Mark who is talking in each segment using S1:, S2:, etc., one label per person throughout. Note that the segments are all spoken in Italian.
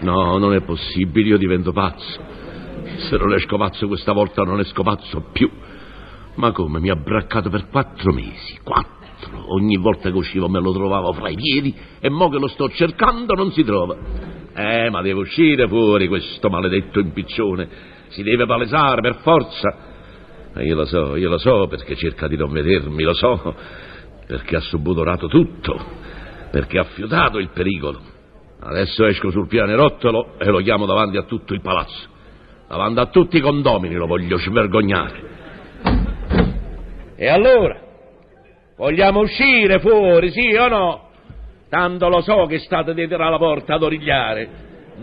S1: No, non è possibile, io divento pazzo. Se non esco pazzo questa volta non esco pazzo più. Ma come, mi ha braccato per quattro mesi, quattro. Ogni volta che uscivo me lo trovavo fra i piedi e mo che lo sto cercando non si trova. Eh, ma deve uscire fuori questo maledetto impiccione. Si deve palesare per forza. E Eh, io lo so, io lo so perché cerca di non vedermi, lo so. Perché ha subudorato tutto. Perché ha fiutato il pericolo. Adesso esco sul pianerottolo e lo chiamo davanti a tutto il palazzo. Davanti a tutti i condomini lo voglio svergognare. E allora? Vogliamo uscire fuori, sì o no? Tanto lo so che state dietro alla porta ad origliare.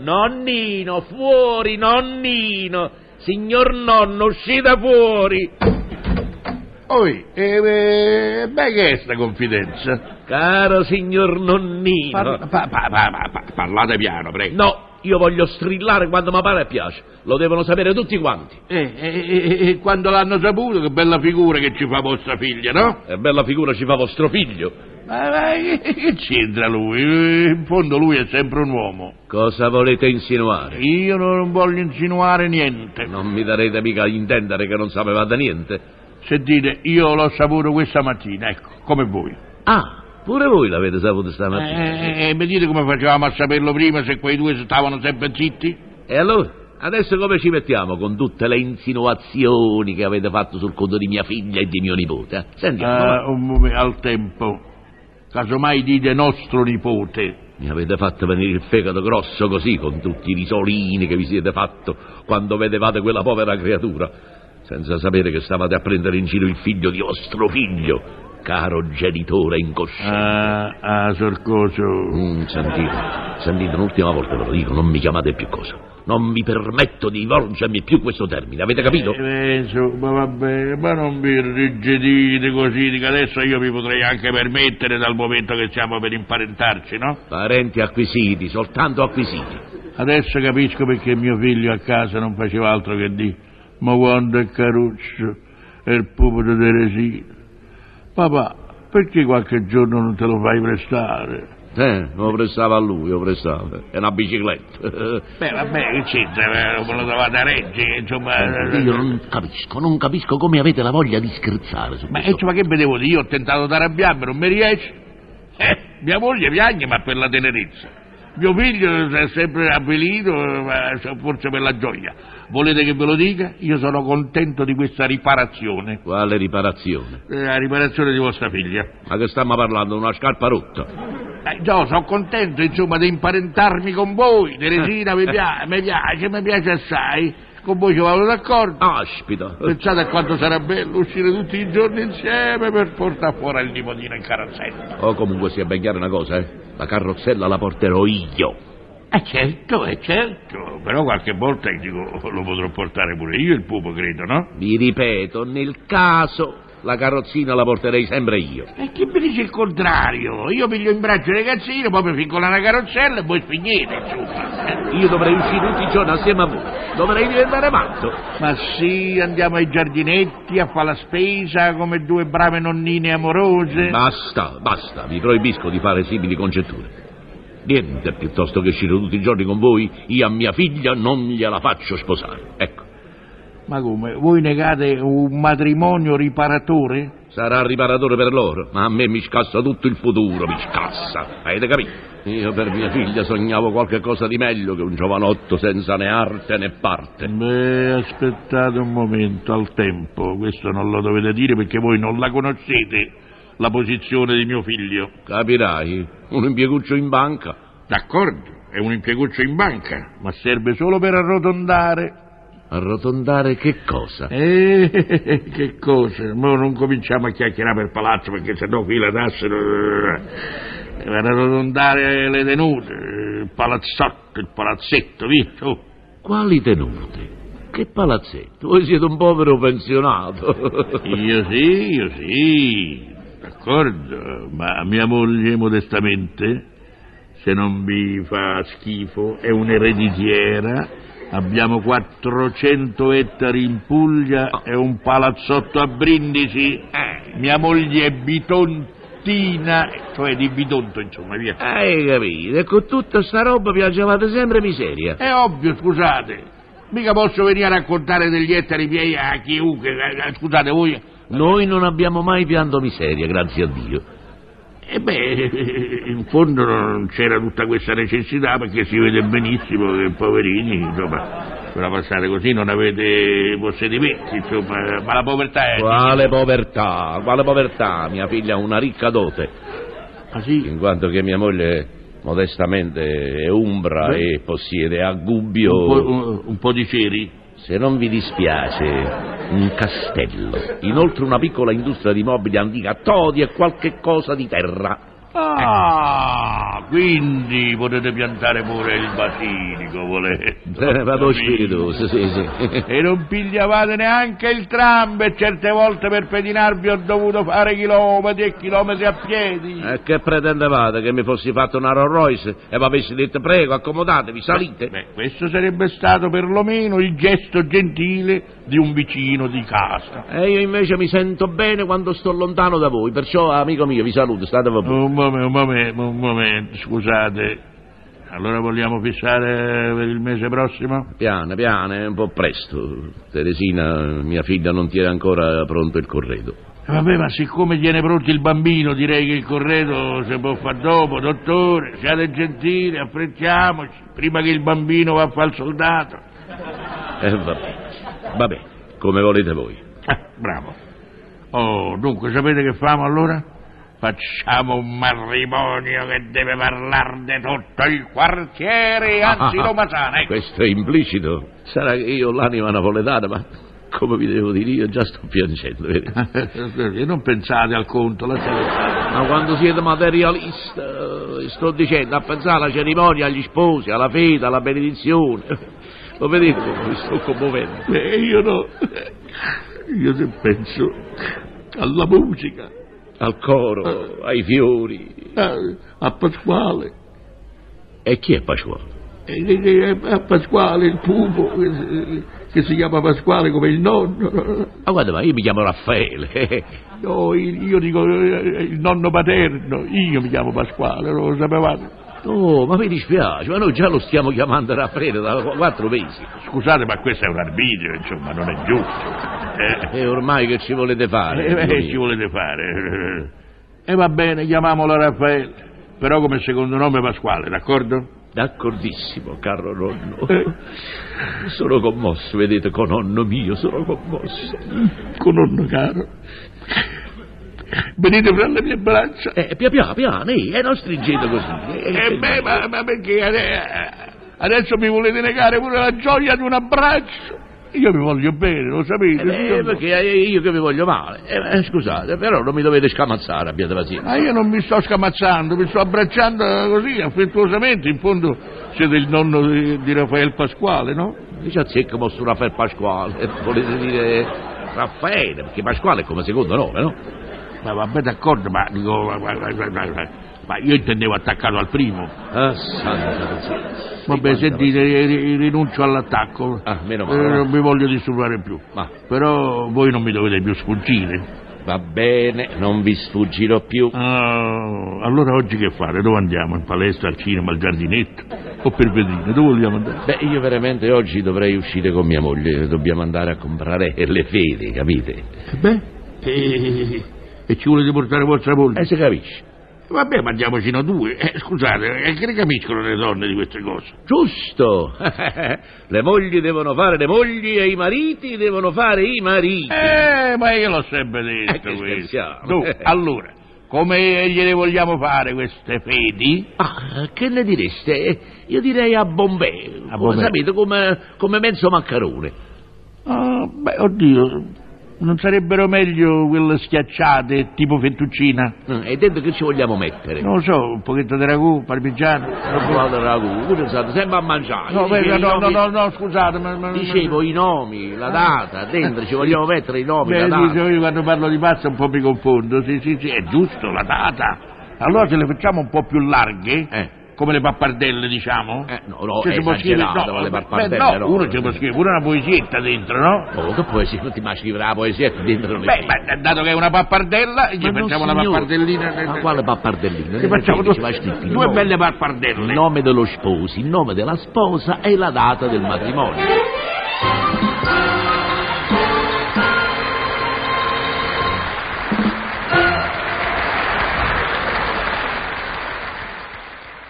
S1: Nonnino, fuori, nonnino! Signor nonno, uscite fuori!
S2: Oi, eh, eh, beh, che è sta confidenza?
S1: Caro signor nonnino!
S2: Par- pa- pa- pa- pa- pa- parlate piano, prego.
S1: No, io voglio strillare quando mi pare e piace. Lo devono sapere tutti quanti.
S2: Eh, eh, eh, eh, quando l'hanno saputo, che bella figura che ci fa vostra figlia, no?
S1: E bella figura ci fa vostro figlio.
S2: Ma, ma che, che c'entra lui? Eh, In fondo lui è sempre un uomo.
S1: Cosa volete insinuare?
S2: Io non voglio insinuare niente.
S1: Non mi darete mica a intendere che non sapevate niente.
S2: Se dite, io l'ho saputo questa mattina, ecco, come voi.
S1: Ah, pure voi l'avete saputo stamattina.
S2: Eh, eh, mi dite come facevamo a saperlo prima se quei due stavano sempre zitti?
S1: E allora? Adesso come ci mettiamo con tutte le insinuazioni che avete fatto sul conto di mia figlia e di mio nipote? eh? Sentiamo. va.
S2: Ah, un momento, al tempo. Casomai dite nostro nipote.
S1: Mi avete fatto venire il fegato grosso così, con tutti i risolini che vi siete fatto quando vedevate quella povera creatura, senza sapere che stavate a prendere in giro il figlio di vostro figlio, caro genitore incosciente.
S2: Ah, ah, Sorcoso.
S1: Mm, sentite, sentite, un'ultima volta ve lo dico, non mi chiamate più cosa. Non mi permetto di rivolgermi più questo termine, avete capito?
S2: Eh, insomma, vabbè, ma non vi irrigidite così, dico adesso io vi potrei anche permettere dal momento che siamo per imparentarci, no?
S1: Parenti acquisiti, soltanto acquisiti.
S2: Adesso capisco perché mio figlio a casa non faceva altro che di ma quando è caruccio e il pupo di Teresina. Papà, perché qualche giorno non te lo fai prestare?
S1: Eh, lo prestava a lui, lo prestava. È una bicicletta.
S2: Beh, vabbè, che c'entra, eh, me lo trovate a Reggi, insomma... eh,
S1: Io non capisco, non capisco come avete la voglia di scherzare su
S2: Ma
S1: questo.
S2: insomma, che vedevo di io? Ho tentato di arrabbiarmi, non mi riesce. Eh, mia moglie piange, ma per la tenerezza. Mio figlio è sempre avvelito, eh, ma forse per la gioia. Volete che ve lo dica? Io sono contento di questa riparazione.
S1: Quale riparazione?
S2: Eh, La riparazione di vostra figlia.
S1: Ma che stiamo parlando? Una scarpa rotta.
S2: Eh, no, sono contento, insomma, di imparentarmi con voi. Teresina mi, pia- mi piace, mi piace assai. Con voi ci vado d'accordo.
S1: Aspita.
S2: Pensate a quanto sarà bello uscire tutti i giorni insieme per portare fuori il nipotino in carrozzella.
S1: O Oh, comunque sia ben chiara una cosa, eh. La carrozzella la porterò io.
S2: Eh certo, eh certo. Però qualche volta dico, lo potrò portare pure io il pupo, credo, no?
S1: Vi ripeto, nel caso la carrozzina la porterei sempre io.
S2: E chi mi dice il contrario? Io piglio in braccio il ragazzino, poi mi fingo la carrozzella e voi spignete, insomma.
S1: Io dovrei uscire tutti i giorni assieme a voi. Dovrei diventare matto.
S2: Ma sì, andiamo ai giardinetti a fare la spesa come due brave nonnine amorose.
S1: Basta, basta, vi proibisco di fare simili congetture. Niente piuttosto che uscire tutti i giorni con voi, io a mia figlia non gliela faccio sposare. Ecco,
S2: Ma come? Voi negate un matrimonio riparatore?
S1: sarà riparatore per loro, ma a me mi scassa tutto il futuro, mi scassa, avete capito? Io per mia figlia sognavo qualche cosa di meglio che un giovanotto senza né arte né parte.
S2: Beh, aspettate un momento, al tempo, questo non lo dovete dire perché voi non la conoscete, la posizione di mio figlio.
S1: Capirai, un impieguccio in banca.
S2: D'accordo, è un impieguccio in banca, ma serve solo per arrotondare.
S1: Arrotondare che cosa?
S2: Eh, che cosa, ma non cominciamo a chiacchierare per palazzo perché sennò qui la tassero... Per arrotondare le tenute, il palazzotto, il palazzetto, via. oh. su.
S1: Quali tenute? Che palazzetto? Voi siete un povero pensionato.
S2: Io sì, io sì, d'accordo, ma mia moglie modestamente, se non vi fa schifo, è un'ereditiera, abbiamo 400 ettari in Puglia e un palazzotto a Brindisi, Eh, mia moglie è bitontina, cioè di bitonto insomma, via.
S1: Hai capito? E con tutta sta roba piangevate sempre miseria.
S2: È ovvio, scusate. Mica posso venire a raccontare degli ettari miei a chiunque. eh, eh, Scusate voi.
S1: Noi non abbiamo mai pianto miseria, grazie a Dio.
S2: E beh, in fondo non c'era tutta questa necessità perché si vede benissimo che poverini, insomma, ve la passate così, non avete possedimenti, insomma, ma la povertà è...
S1: Eh, Quale povertà, quale povertà, mia figlia ha una ricca dote,
S2: Ah, sì?
S1: in quanto che mia moglie modestamente è umbra
S2: Beh.
S1: e possiede a
S2: Un po',
S1: Gubbio,
S2: un- un po' di ceri?
S1: se non vi dispiace, un castello, inoltre una piccola industria di mobili antica, todi e qualche cosa di terra.
S2: Ah, quindi potete piantare pure il basilico, volendo.
S1: Eh, Vado spiritoso, sì, sì.
S2: E non pigliavate neanche il tram e certe volte per pedinarvi ho dovuto fare chilometri e chilometri a piedi.
S1: E Eh, che pretendevate che mi fossi fatto una Rolls Royce e mi avessi detto prego, accomodatevi, salite?
S2: Beh, questo sarebbe stato perlomeno il gesto gentile di un vicino di casa.
S1: E io invece mi sento bene quando sto lontano da voi, perciò amico mio vi saluto, state a voi.
S2: Un momento, un momento, un momento, scusate. Allora vogliamo fissare per il mese prossimo?
S1: Piano, piano, è un po' presto. Teresina, mia figlia, non tiene ancora pronto il corredo.
S2: Eh, Vabbè, ma siccome tiene pronto il bambino, direi che il corredo se può far dopo, dottore, siate gentili, affrettiamoci, prima che il bambino va a fare il soldato.
S1: E vabbè, vabbè, come volete voi.
S2: Ah, bravo. Oh, dunque, sapete che famo allora? Facciamo un matrimonio che deve parlar di tutto il quartiere, anzi Roma sana, ecco.
S1: Questo è implicito. Sarà che io ho l'anima napoletana, ma come vi devo dire, io già sto piangendo. vedi?
S2: Scusi, non pensate al conto, lasciate stare.
S1: Ma quando siete materialista, eh, sto dicendo, a pensare alla cerimonia, agli sposi, alla fede, alla benedizione. Lo vedete come mi sto commuovendo?
S2: Eh, io no. Io se penso alla musica,
S1: Al
S2: Ah.
S1: coro, ai fiori.
S2: a, a Pasquale,
S1: E chi è Paciuolo?
S2: eh, eh, a Pasquale il pupo, eh, che si chiama Pasquale come il nonno.
S1: Ma guarda, ma io mi chiamo Raffaele.
S2: No, io dico eh, il nonno paterno, io mi chiamo Pasquale, non lo sapevate.
S1: Oh, ma mi dispiace, ma noi già lo stiamo chiamando Raffaele da qu- quattro mesi.
S2: Scusate, ma questo è un arbitrio, insomma, non è giusto.
S1: E ormai che ci volete fare?
S2: Eh,
S1: amico
S2: eh,
S1: mio?
S2: ci volete fare? E Eh, va bene, chiamiamolo Raffaele, però come secondo nome Pasquale, d'accordo?
S1: D'accordissimo, caro nonno.
S2: Eh,
S1: Sono commosso, vedete, con nonno mio, sono commosso.
S2: con nonno caro. Venite fra le mie braccia.
S1: Eh, piano piano, piano, eh, eh, non stringete così. Eh,
S2: E
S1: eh,
S2: beh, ma, ma perché ade- adesso mi volete negare pure la gioia di un abbraccio? Io vi voglio bene, lo sapete.
S1: eh, beh,
S2: io-
S1: perché eh, io che vi voglio male. Eh, eh, scusate, però non mi dovete scamazzare, abbiate pazienza.
S2: Ma Ah, io non mi sto scamazzando, mi sto abbracciando così, affettuosamente. In fondo siete il nonno di, di Raffaele Pasquale, no?
S1: Dice a zecca posso Raffaele Pasquale, volete dire Raffaele, perché Pasquale è come secondo nome, no?
S2: Ma vabbè, d'accordo, ma, dico, ma, ma- ma- ma- ma- ma io intendevo attaccato al primo.
S1: Ah, santa pazienza.
S2: Vabbè,
S1: Sì, quanta
S2: sentite, ri- rinuncio all'attacco.
S1: Ah, meno
S2: Eh,
S1: male.
S2: non vi voglio disturbare più.
S1: Ma-
S2: Però voi non mi dovete più sfuggire.
S1: pazienza. Va bene, non vi sfuggirò più.
S2: Ah, allora oggi che fare? Dove andiamo? In palestra, al cinema, al giardinetto? O per vedrine? Dove vogliamo andare?
S1: Beh, io veramente oggi dovrei uscire con mia moglie, dobbiamo andare a comprare le fede, capite?
S2: Beh, e, e ci volete portare vostra moglie?
S1: Eh, si capisce.
S2: Vabbè, ma andiamocino due. Eh, scusate, eh, che ne capiscono le donne di queste cose?
S1: Giusto! le mogli devono fare le mogli e i mariti devono fare i mariti.
S2: Eh, ma io l'ho sempre detto
S1: Eh, che
S2: questo.
S1: scherziamo. Eh.
S2: Dunque, allora, come gliele vogliamo fare queste fedi?
S1: Ah, che ne direste? Eh, Io direi a Bombay,
S2: A Bombay.
S1: sapete, come, come mezzo maccarone.
S2: Ah, beh, oddio, Non sarebbero meglio quelle schiacciate tipo fettuccina?
S1: Ah, E dentro che ci vogliamo mettere?
S2: Non lo so, un pochetto di ragù, parmigiano.
S1: Vado a ragù, pure state sempre a mangiare.
S2: No,
S1: Dicevo
S2: beh,
S1: Ah, i
S2: no, no,
S1: nomi-
S2: no, no, scusate, ma, ma- ma-
S1: Dicevo i nomi, la data, dentro ci vogliamo mettere i nomi,
S2: Beh,
S1: la data.
S2: dicevo io quando parlo di pasta un po' mi confondo, sì, sì, sì, è giusto la data. Allora se le facciamo un po' più larghe,
S1: Eh.
S2: come le pappardelle, diciamo.
S1: Eh, no, no,
S2: Cioè,
S1: è
S2: si può scrivere-
S1: esagerato, le
S2: beh,
S1: pappardelle,
S2: no,
S1: no. eh.
S2: uno ci può scrivere pure una poesietta dentro, no?
S1: Oh, che poesia, non ti mai scrivere la poesia dentro le
S2: Beh, ma dato che è una pappardella, gli
S1: Ma no,
S2: facciamo una
S1: signore.
S2: pappardellina.
S1: Ma quale pappardellina?
S2: Gli facciamo
S1: Ci
S2: due,
S1: vai scritti il
S2: due
S1: nome.
S2: belle
S1: Il
S2: pappardelle.
S1: nome dello sposo, il nome della sposa e la data del matrimonio.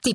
S3: Ti